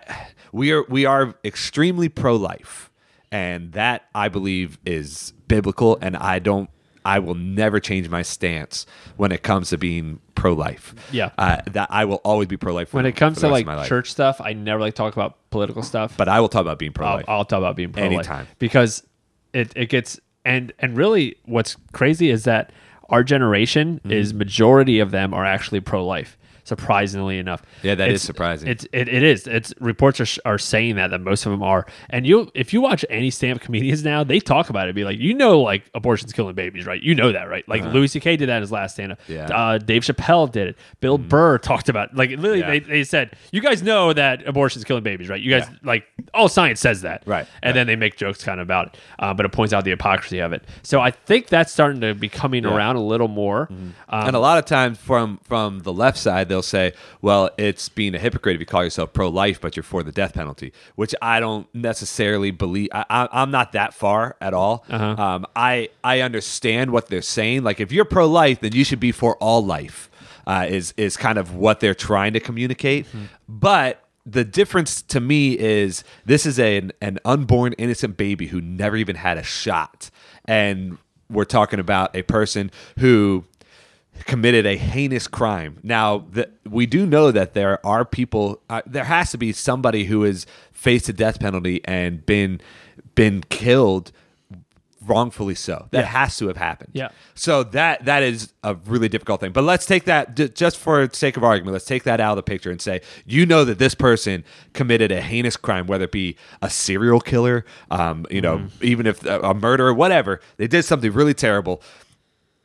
we are we are extremely pro life, and that I believe is biblical. And I don't, I will never change my stance when it comes to being pro life.
Yeah.
uh, that I will always be pro life.
when it comes
for
to
the rest
like
of my life.
church stuff, I never like talk about political stuff.
but I will talk about being pro
I'll,
life.
I'll talk about being pro
Anytime.
because it it gets and and really what's crazy is that our generation is
Mm-hmm.
majority of them are actually pro life. Surprisingly enough,
Yeah, that is
It's-
surprising.
It's it, it is. It's reports are, sh- are saying that that most of them are. And you, if you watch any stand-up comedians now, they talk about it. Be like, you know, like abortion's killing babies, right? You know that, right? Like Louis C.K. did that in his last stand-up.
Uh-huh. Yeah. Mm.
Uh, Dave Chappelle did it. Bill Burr talked about like literally
Yeah.
they, they said, you guys know that abortion's killing babies, right? You guys like all science says that,
Right,
And then they make jokes kind of about it, uh, but it points out the hypocrisy of it. So I think that's starting to be coming around a little more. Um,
and a lot of times from from the left side they'll say well it's being a hypocrite if you call yourself pro-life but you're for the death penalty which i don't necessarily believe I, I, i'm not that far at all um, I, I understand what they're saying like if you're pro-life then you should be for all life uh, is is kind of what they're trying to communicate but the difference to me is this is a, an, an unborn innocent baby who never even had a shot and we're talking about a person who committed a heinous crime. Now, the, we do know that there are people. Uh, there has to be somebody who has faced the death penalty and been been killed wrongfully so. That has to have happened.
Yeah.
So that that is a really difficult thing. But let's take that ju- just for sake of argument. Let's take that out of the picture and say you know that this person committed a heinous crime, whether it be a serial killer, um, you know, even if uh, a, a murderer, whatever. They did something really terrible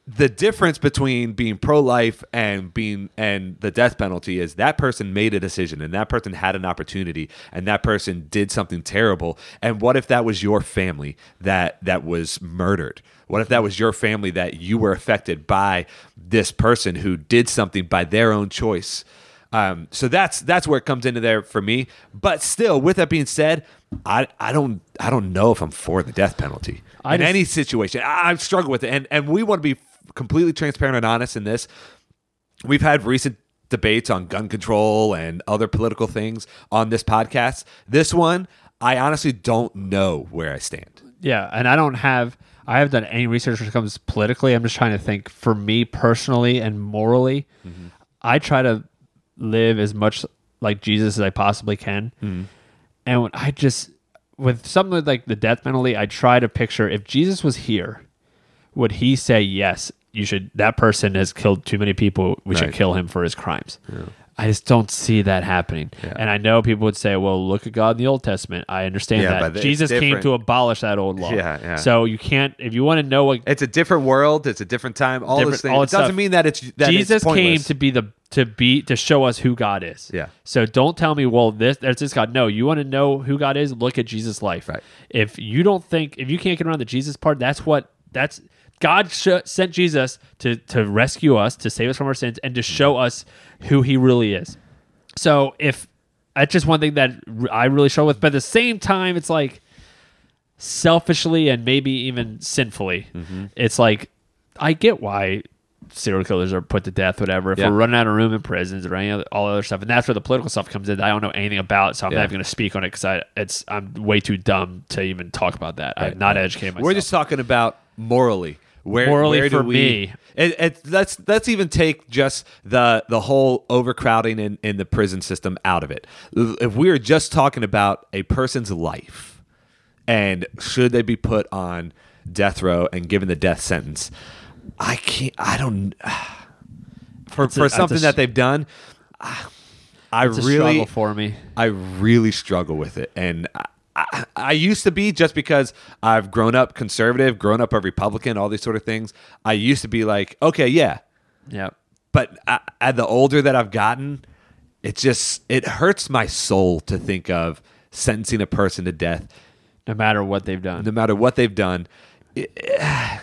the difference between being pro-life and being and the death penalty is that person made a decision and that person had an opportunity and that person did something terrible and what if that was your family that that was murdered what if that was your family that you were affected by this person who did something by their own choice um, so that's that's where it comes into there for me but still with that being said I, I don't I don't know if I'm for the death penalty
I
in
just-
any situation. I, I've struggled with it, and and we want to be f- completely transparent and honest in this. We've had recent debates on gun control and other political things on this podcast. This one, I honestly don't know where I stand.
Yeah, and I don't have I haven't done any research when it comes politically. I'm just trying to think for me personally and morally.
Mm-hmm.
I try to live as much like Jesus as I possibly can.
Mm-hmm.
And when I just with something like the death penalty, I try to picture if Jesus was here, would he say yes? You should. That person has killed too many people. We should
Right.
kill him for his crimes. I just don't see that happening. And I know people would say, "Well, look at God in the Old Testament." I understand
Yeah,
that
but it's
Jesus came
different.
to abolish that old law.
Yeah, yeah.
So you can't if you want to know what
It's a different world. It's a different time. All
Different-
this thing.
all
It
that stuff.
doesn't mean that it's that
Jesus
it's
came
pointless.
to be the to be to show us who God is.
Yeah.
So don't tell me, well, this there's this God. No, you want to know who God is? Look at Jesus' life.
Right.
If you don't think if you can't get around the Jesus part, that's what that's God sh- sent Jesus to to rescue us, to save us from our sins, and to show us who He really is. So if that's just one thing that r- I really struggle with. But at the same time, it's like selfishly and maybe even sinfully,
Mm-hmm.
it's like I get why serial killers are put to death, whatever. If
Yeah.
we're running out of room in prisons or any other, all other stuff, and that's where the political stuff comes in. That I don't know anything about, so I'm
Yeah.
not even going to speak on it because I it's I'm way too dumb to even talk about that. I'm not educated myself.
We're just talking about morally. Where,
Morally
where do
for
we,
me.
It, it, let's let's even take just the the whole overcrowding in, in the prison system out of it. L- If we are just talking about a person's life and should they be put on death row and given the death sentence, I can't. I don't. For
a-
for
it's a
something
s-
that they've done, I, I
it's a
really
struggle for me.
I really struggle with it, and I, I, I used to be just because I've grown up conservative, grown up a Republican, all these sort of things. I used to be like, okay, yeah,
Yeah.
but I, I, the older that I've gotten, it just it hurts my soul to think of sentencing a person to death,
No matter what they've done.
no matter what they've done.
it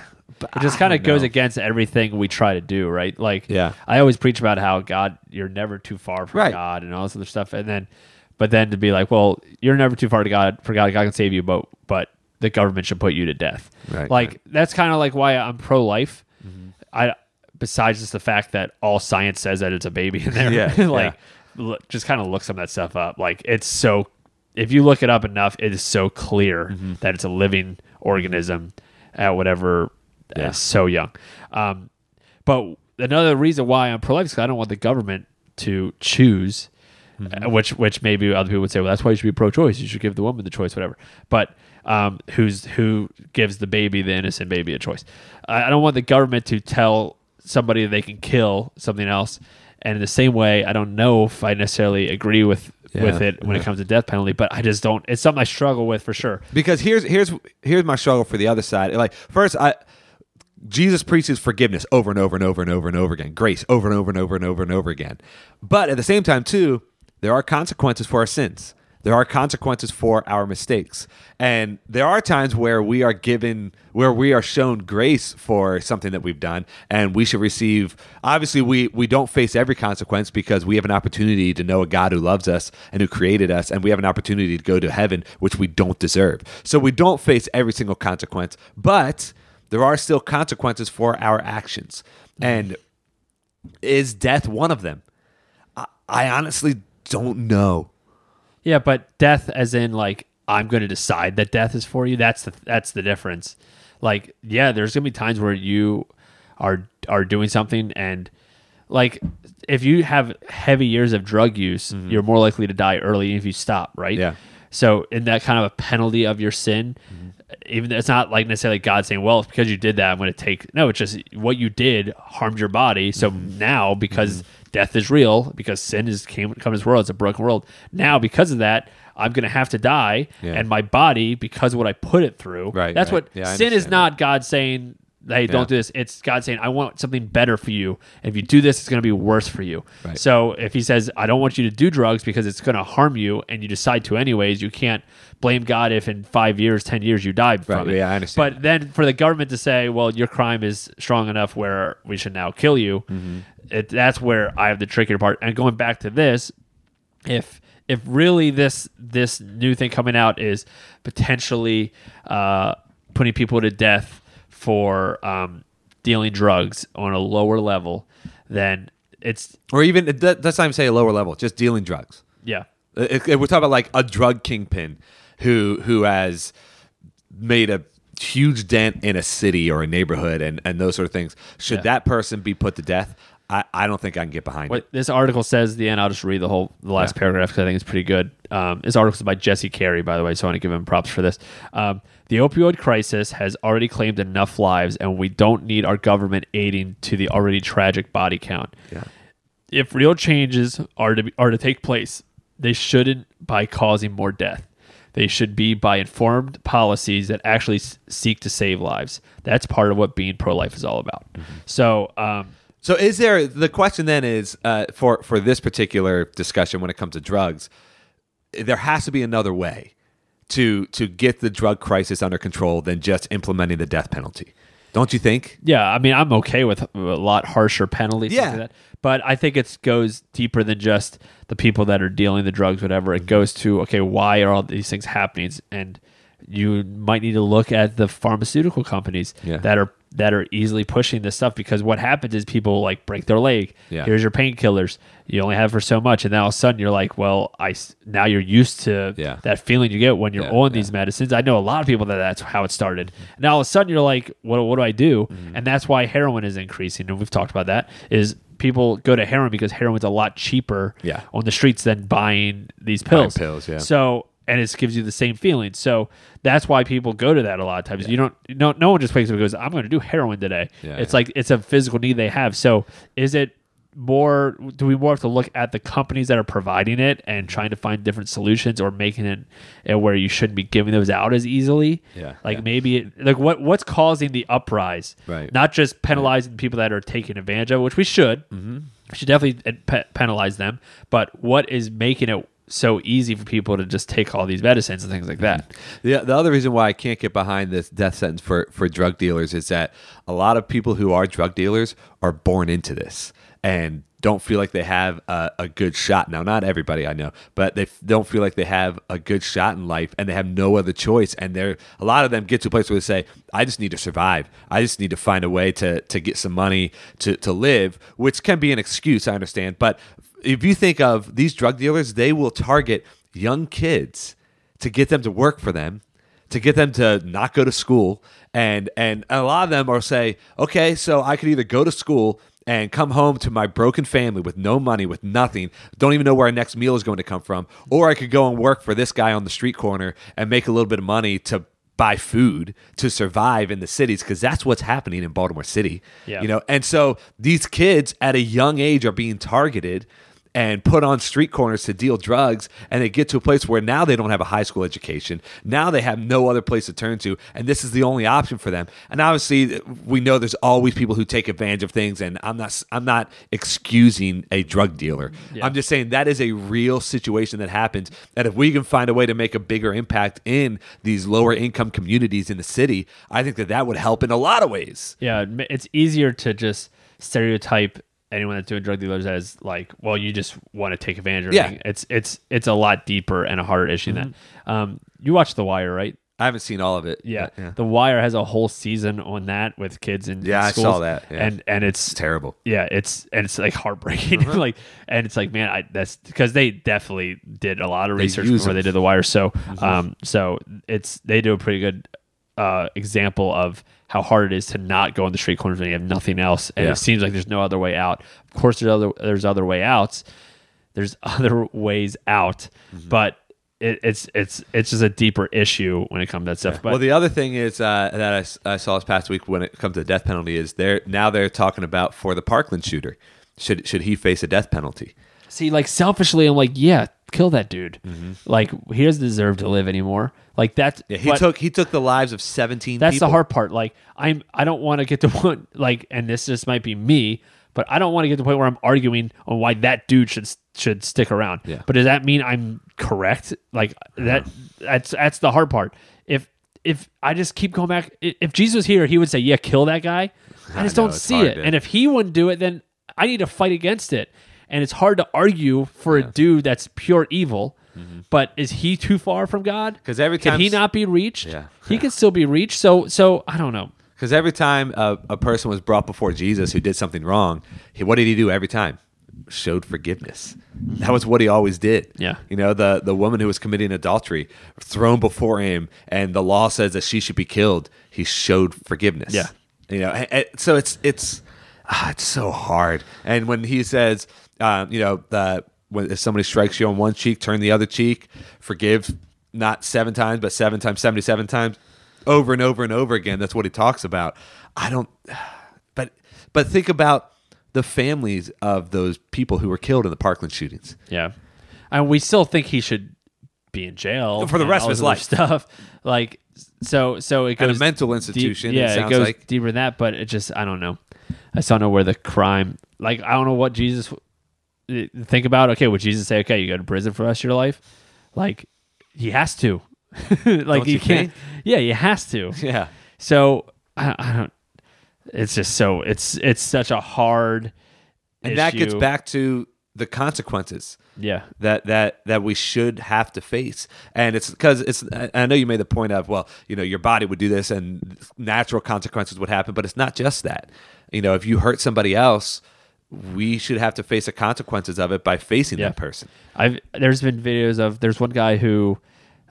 just kind of
don't
goes
know.
against everything we try to do, right? Like,
Yeah.
I always preach about how God, you're never too far from
Right.
God and all this other stuff, and then, but then to be like, well, you're never too far to God for God. God can save you, but but the government should put you to death.
Right,
like
right. Mm-hmm.
that's kind of like why I'm pro life. I besides just the fact that all science says that it's a baby in there,
Yeah,
like lo- just kind of look some of that stuff up. Like it's so, if you look it up enough, it is so clear
Mm-hmm.
that it's a living organism at whatever,
Yeah.
uh, so young. Um, but another reason why I'm pro-life is 'cause I don't want the government to choose, uh, which which maybe other people would say, well, that's why you should be pro-choice. You should give the woman the choice, whatever. But um, who's who gives the baby, the innocent baby, a choice? I, I don't want the government to tell somebody they can kill something else. And in the same way, I don't know if I necessarily agree with with
Yeah.
it when it comes to death penalty, but I just don't. It's something I struggle with for sure.
because here's here's here's my struggle for the other side. Like first, I Jesus preaches forgiveness over and over and over and over and over again, grace over and over and over and over and over again. But at the same time, too, there are consequences for our sins. There are consequences for our mistakes, and there are times where we are given, where we are shown grace for something that we've done, and we should receive. Obviously, we we don't face every consequence because we have an opportunity to know a God who loves us and who created us, and we have an opportunity to go to heaven, which we don't deserve. So we don't face every single consequence, but there are still consequences for our actions. And is death one of them? I, I honestly don't know.
Yeah, but death, as in like I'm going to decide that death is for you. That's the that's the difference. Like, yeah, there's going to be times where you are are doing something, and like if you have heavy years of drug use, you're more likely to die early if you stop, right?
Yeah.
So in that kind of a penalty of your sin,
Mm-hmm.
even though it's not like necessarily God saying, "Well, it's because you did that, I'm going to take." No, it's just what you did harmed your body. So
Mm-hmm.
now, because death is real, because sin is came come to this world, it's a broken world. Now, because of that, I'm going to have to die,
Yeah.
and my body, because of what I put it through.
Right,
That's
right.
what
Yeah, I
sin is
understand
not God saying. Hey, don't
Yeah.
do this. It's God saying, I want something better for you. If you do this, it's going to be worse for you.
Right.
So if he says, I don't want you to do drugs because it's going to harm you and you decide to anyways, you can't blame God if in five years, 10 years you died from
Right,
it.
yeah, I understand.
But then for the government to say, well, your crime is strong enough where we should now kill you,
Mm-hmm.
it, that's where I have the trickier part. And going back to this, if if really this this new thing coming out is potentially uh, putting people to death for um, dealing drugs on a lower level, then it's
Or even, that, that's not even say a lower level, just dealing drugs. Uh,
yeah
If, if we're talking about like a drug kingpin who who has made a huge dent in a city or a neighborhood and, and those sort of things, should
Yeah.
that person be put to death? I, I don't think I can get behind it.
what this article says at the end. I'll just read the whole the last paragraph because I think it's pretty good. Um, this article is by Jesse Carey, by the way, so I want to give him props for this. Um, the opioid crisis has already claimed enough lives, and we don't need our government aiding to the already tragic body count.
Yeah.
If real changes are to be, are to take place, they shouldn't by causing more death. They should be by informed policies that actually s- seek to save lives. That's part of what being pro life is all about. So, um,
So is there the question then is uh, for for this particular discussion when it comes to drugs, there has to be another way to to get the drug crisis under control than just implementing the death penalty. Don't you think?
Yeah, I mean, I'm okay with a lot harsher penalties.
Yeah.
Yeah. that. But I think it goes deeper than just the people that are dealing the drugs, whatever. It goes to, okay, why are all these things happening? And you might need to look at the pharmaceutical companies
Yeah.
that are that are easily pushing this stuff because what happens is people like break their leg.
Yeah.
Here's your painkillers. You only have for so much, and then all of a sudden you're like, well, I s- now you're used to
Yeah.
that feeling you get when you're
Yeah, Mm-hmm.
on these medicines. I know a lot of people that that's how it started. And all of a sudden you're like, what, what do I do? And that's why heroin is increasing. And we've talked about that is people go to heroin because heroin's a lot cheaper
Yeah.
on the streets than buying these pills.
pills, yeah.
So, and it gives you the same feeling. So that's why people go to that a lot of times. You don't, no, no one just wakes up and goes, I'm going to do heroin today.
Yeah,
it's
yeah.
like, it's a physical need they have. So is it, more do we more have to look at the companies that are providing it and trying to find different solutions or making it uh, where you shouldn't be giving those out as easily
Yeah,
like
yeah.
maybe it, like what what's causing the uprise
Right.
not just penalizing people that are taking advantage of it, which we should mm-hmm. we should definitely uh, pe- penalize them but what is making it so easy for people to just take all these medicines and things like that
The, the other reason why I can't get behind this death sentence for, for drug dealers is that a lot of people who are drug dealers are born into this and don't feel like they have a, a good shot. Now, not everybody I know, but they f- don't feel like they have a good shot in life and they have no other choice. And they're, a lot of them get to a place where they say, I just need to survive. I just need to find a way to, to get some money to, to live, which can be an excuse, I understand. But if you think of these drug dealers, they will target young kids to get them to work for them, to get them to not go to school, and and a lot of them are say, okay, so I could either go to school and come home to my broken family with no money, with nothing, don't even know where our next meal is going to come from, or I could go and work for this guy on the street corner and make a little bit of money to buy food to survive in the cities because that's what's happening in Baltimore City.
Yeah.
You know, and so these kids at a young age are being targeted and put on street corners to deal drugs and they get to a place where now they don't have a high school education now they have no other place to turn to and this is the only option for them and obviously we know there's always people who take advantage of things and I'm not I'm not excusing a drug dealer I'm just saying that is a real situation that happens and if we can find a way to make a bigger impact in these lower income communities in the city I think that that would help in a lot of ways
yeah it ma- it's easier to just stereotype anyone that's doing drug dealers as like well you just want to take advantage of
Yeah.
everything. it's it's it's a lot deeper and a harder issue than
Mm-hmm.
that um you watch the wire right
I haven't seen all of it
Yeah. The Wire has a whole season on that with kids in
Yeah,
in
I saw
schools.
that, yeah.
and and it's
terrible
yeah, it's and it's like heartbreaking,
Uh-huh.
like and it's like man, I that's because they definitely did a lot of research
use
before they did The Wire, so um, so it's they do a pretty good uh example of how hard it is to not go on the street corners when you have nothing else, and
Yeah.
it seems like there's no other way out. Of course, there's other there's other way outs, there's other ways out,
Mm-hmm.
but. It, it's it's it's just a deeper issue when it comes to that stuff. But
well, the other thing is uh, that I s- I, saw this past week when it comes to the death penalty is they're now they're talking about for the Parkland shooter, should should he face a death penalty?
See, like selfishly, I'm like, yeah, kill that dude. Like he doesn't deserve to live anymore. Like that's
Mm-hmm. Yeah, he
but
took he took the lives of seventeen.
that's
people.
the hard part. Like I'm, I don't want to get to point like, and this just might be me, but I don't want to get to the point where I'm arguing on why that dude should should stick around.
Yeah. Uh-huh.
But does that mean I'm correct? Like that, that's that's the hard part. If if I just keep going back, i- if Jesus was here, he would say, "Yeah, kill that guy." I just
know,
don't
it's
see
hard,
it.
dude.
And if he wouldn't do it, then I need to fight against it. And it's hard to argue for a dude that's pure evil. But is he too far from God?
'Cause Mm-hmm. every
can
time
he
s-
not be reached?
Yeah.
He can still be reached. So so I don't know.
Because every time a, a person was brought before Jesus who did something wrong, he, what did he do every time? Showed forgiveness. That was what he always did.
Yeah.
You know, the, the woman who was committing adultery, thrown before him, and the law says that she should be killed, he showed forgiveness.
Yeah.
You know, and- and so it's, it's, ah, it's so hard. And when he says, um, you know, the, when, if somebody strikes you on one cheek, turn the other cheek, forgive not seven times, but seven times, 77 times over and over and over again. That's what he talks about. I don't, but but think about the families of those people who were killed in the Parkland shootings.
Yeah, and we still think he should be in jail
For the
and
rest
all
of his
this other
life.
Stuff like so so it
At
goes
a mental
deep-
institution,
yeah,
it sounds
goes
like.
deeper than that. But it just I don't know. I still don't know where the crime. Like I don't know what Jesus eh, think about. Okay, would Jesus say, okay, you go to prison for the rest of your life? Like he has to. like
you
you can't.
think?
Yeah, he has to.
Yeah.
So I, I don't. It's just so it's it's such a hard
and that gets
issue.
back to the consequences
Yeah.
that that that we should have to face and it's because it's I- i know you made the point of well you know your body would do this and natural consequences would happen but it's not just that you know if you hurt somebody else we should have to face the consequences of it by facing
Yeah.
that person
I've there's been videos of there's one guy who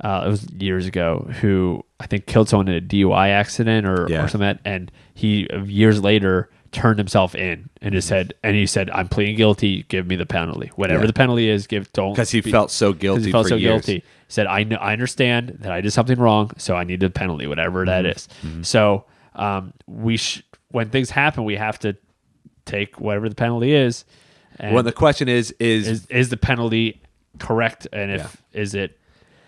uh, it was years ago who I think killed someone in a DUI accident or,
Yeah.
or something, and he years later turned himself in and just said and he said I'm pleading guilty, give me the penalty, whatever
Yeah.
the penalty is, give don't
because he
be-
felt so
'cause
guilty
he felt
for
so
years.
guilty. He said I know I understand that I did something wrong, so I need the penalty, whatever that
Mm-hmm.
is. So um, we sh- when things happen, we have to take whatever the penalty is. And
well the question is is,
is is the penalty correct and if is it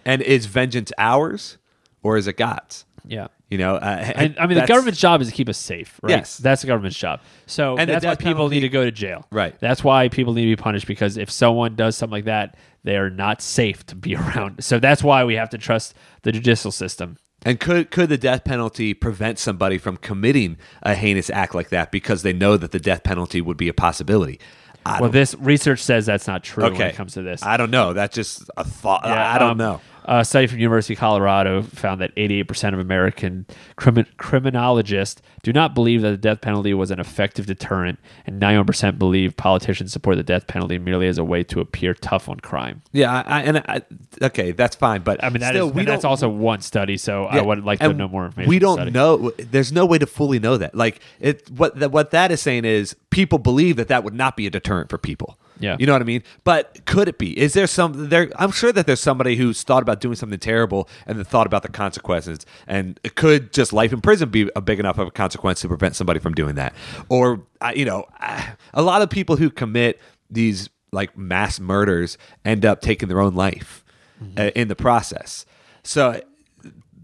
and is vengeance ours or is it god's
yeah
you know uh,
and i mean the
that's-
government's job is to keep us safe right
Yes.
that's the government's job so
And the
that's why
death
people
penalty-
need to go to jail
Right.
that's why people need to be punished because if someone does something like that they are not safe to be around so that's why we have to trust the judicial system
And could could the death penalty prevent somebody from committing a heinous act like that because they know that the death penalty would be a possibility? I
well
don't,
this research says that's not true
okay.
when it comes to this
I don't know. That's just a thought. I, I
um,
don't know.
A study from University of Colorado found that 88% of American crimin- criminologists do not believe that the death penalty was an effective deterrent, and 91% believe politicians support the death penalty merely as a way to appear tough on crime.
Yeah, I, I, and I, okay, that's fine. But
I mean, that is
still, we
and that's
don't-
also one study, so I
Yeah,
would like to
and
know more information.
We
on the
don't
study.
know. There's no way to fully know that. Like it, what that what that is saying is people believe that that would not be a deterrent for people.
Yeah.
you know what I mean. But could it be? Is there some there? I'm sure that there's somebody who's thought about doing something terrible and then thought about the consequences. And it could just life in prison be a big enough of a consequence to prevent somebody from doing that? Or I- you know, I- a lot of people who commit these like mass murders end up taking their own life
Mm-hmm.
uh, in the process. So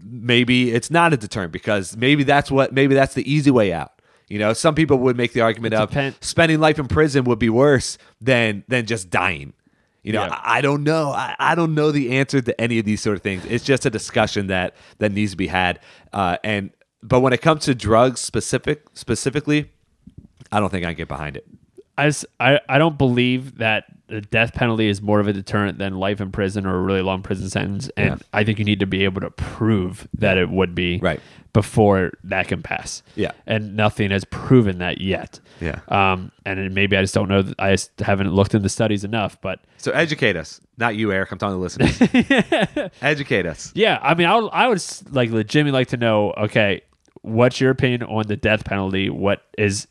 maybe it's not a deterrent because maybe that's what maybe that's the easy way out. You know, some people would make the argument of
depen-
spending life in prison would be worse than than just dying. You know,
Yeah.
I, I don't know. I, I don't know the answer to any of these sort of things. It's just a discussion that that needs to be had. Uh, and but when it comes to drugs specific specifically, I don't think I can get behind it.
I, s- I- I don't believe that the death penalty is more of a deterrent than life in prison or a really long prison sentence. And
Yeah.
I think you need to be able to prove that it would be
Right.
before that can pass.
Yeah.
And nothing has proven that yet.
Yeah.
Um, and it- maybe I just don't know. th- I just haven't looked into studies enough, but
So educate us, not you, Eric. I'm talking to listeners. educate us.
yeah, I mean, I would, I would s- like legitimately like to know, okay, what's your opinion on the death penalty? What is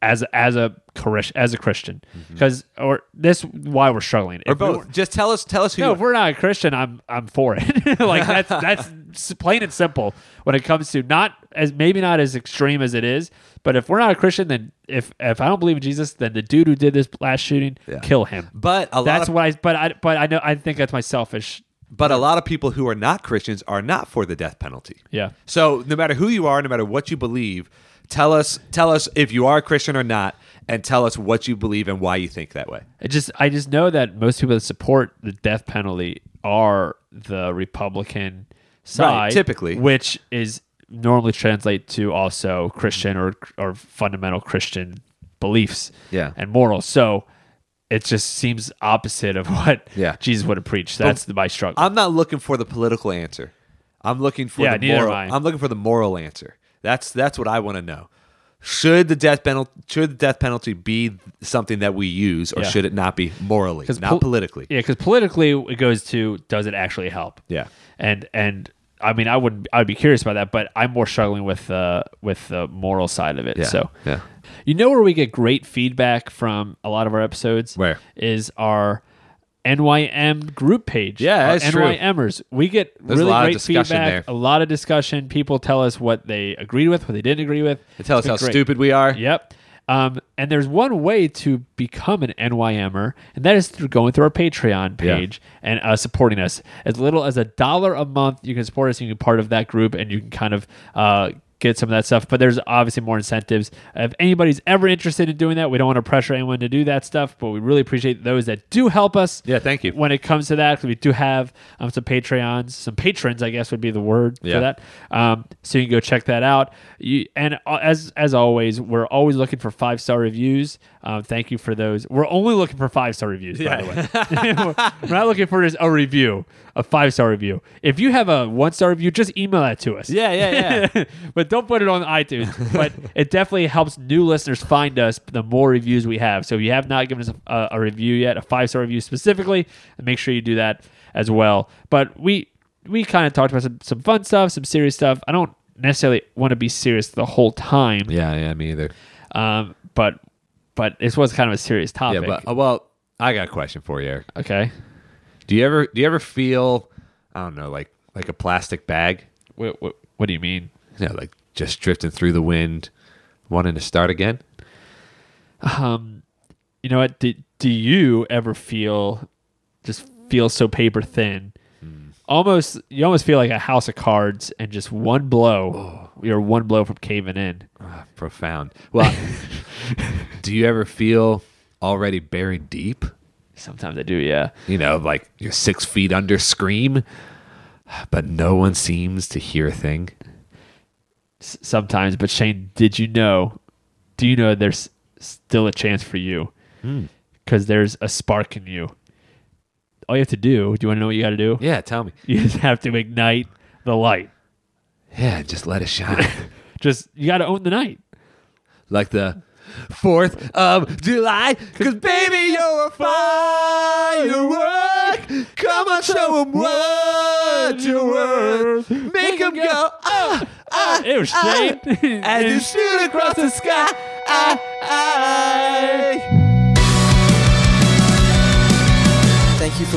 as as a Chris- as a Christian, because or this why we're struggling.
Mm-hmm. Or both. Just tell us. Tell us who.
No,
you
if we're not a Christian, I'm I'm for it. like that's that's s- plain and simple when it comes to not as maybe not as extreme as it is, but if we're not a Christian, then if if I don't believe in Jesus, then the dude who did this last shooting,
Yeah.
kill him.
But a lot
that's
of
what I. But I but I know I think that's my selfish.
But a lot of people who are not Christians are not for the death penalty.
Yeah.
So no matter who you are, no matter what you believe, tell us tell us if you are a Christian or not, and tell us what you believe and why you think that way.
It just I just know that most people that support the death penalty are the Republican side,
typically.
which is normally translate to also Christian or or fundamental Christian beliefs,
Yeah.
and morals. So it just seems opposite of what
Yeah.
Jesus would have preached. That's my struggle.
I'm not looking for the political answer. I'm looking for
Yeah,
the
neither
moral.
am I.
I'm looking for the moral answer. That's that's what I want to know. Should the death penalty should the death penalty be something that we use, or
Yeah.
should it not be morally, not
pol-
politically?
yeah, because politically it goes to does it actually help?
Yeah.
and and I mean I would I'd be curious about that, but I'm more struggling with uh, with the moral side of it. So
yeah,
You know where we get great feedback from a lot of our episodes?
Where?
Is our NYM group page.
Yeah,
our
that's true.
NYMers. We get
There's a
really
lot of
great
discussion there.
feedback, a lot of discussion. People tell us what they agreed with, what they didn't agree with.
They tell us
It's been
how
great.
stupid we are.
Yep. Um, and there's one way to become an NYMer, and that is through going through our Patreon
Yeah.
page and uh, supporting us. As little as a dollar a month, you can support us. You can be part of that group, and you can kind of uh, get some of that stuff. But there's obviously more incentives. If anybody's ever interested in doing that, we don't want to pressure anyone to do that stuff, but we really appreciate those that do help us.
Yeah, thank you.
When it comes to that, 'cause we do have um, some Patreons, some patrons, I guess would be the word
Yeah.
for that. Um, so you can go check that out. You, and uh, as as always, we're always looking for five star reviews. Um, thank you for those. We're only looking for five star reviews, by the way. we're not looking for just a review, a five star review. If you have a one star review, just email that to us.
Yeah, yeah,
yeah. but don't put it on iTunes. But it definitely helps new listeners find us the more reviews we have. So if you have not given us a, a review yet, a five star review specifically, make sure you do that as well. But we we kind of talked about some, some fun stuff, some serious stuff. I don't necessarily want to be serious the whole time.
yeah, yeah, me either.
Um, but but this was kind of a serious
Yeah,
topic.
but uh, well, I got a question for you, Eric.
okay.
Do you ever do you ever feel I don't know, like like a plastic bag?
What, what, what do you mean?
You know, like just drifting through the wind, wanting to start again?
um you know what do, do you ever feel just feel so paper thin Hmm. almost you almost feel like a house of cards and just one blow you're one blow from caving in
Ah, profound. Well, do you ever feel already buried deep?
sometimes i do yeah
You know, like you're six feet under scream, but no one seems to hear a thing.
S- sometimes but shane did you know do you know there's still a chance for you Hmm. because there's a spark in you all you have to do do you want to know what you got to do
Yeah, tell me.
you just have to ignite the light
Yeah, just let it shine.
just you got to own the night
like the 4th of July. Cause baby, you're a firework. Come on, show 'em what you're worth. Make 'em go, ah, ah,
It was
ah,
Shane.
As you shoot across the sky. Ah, ah.
Thank you for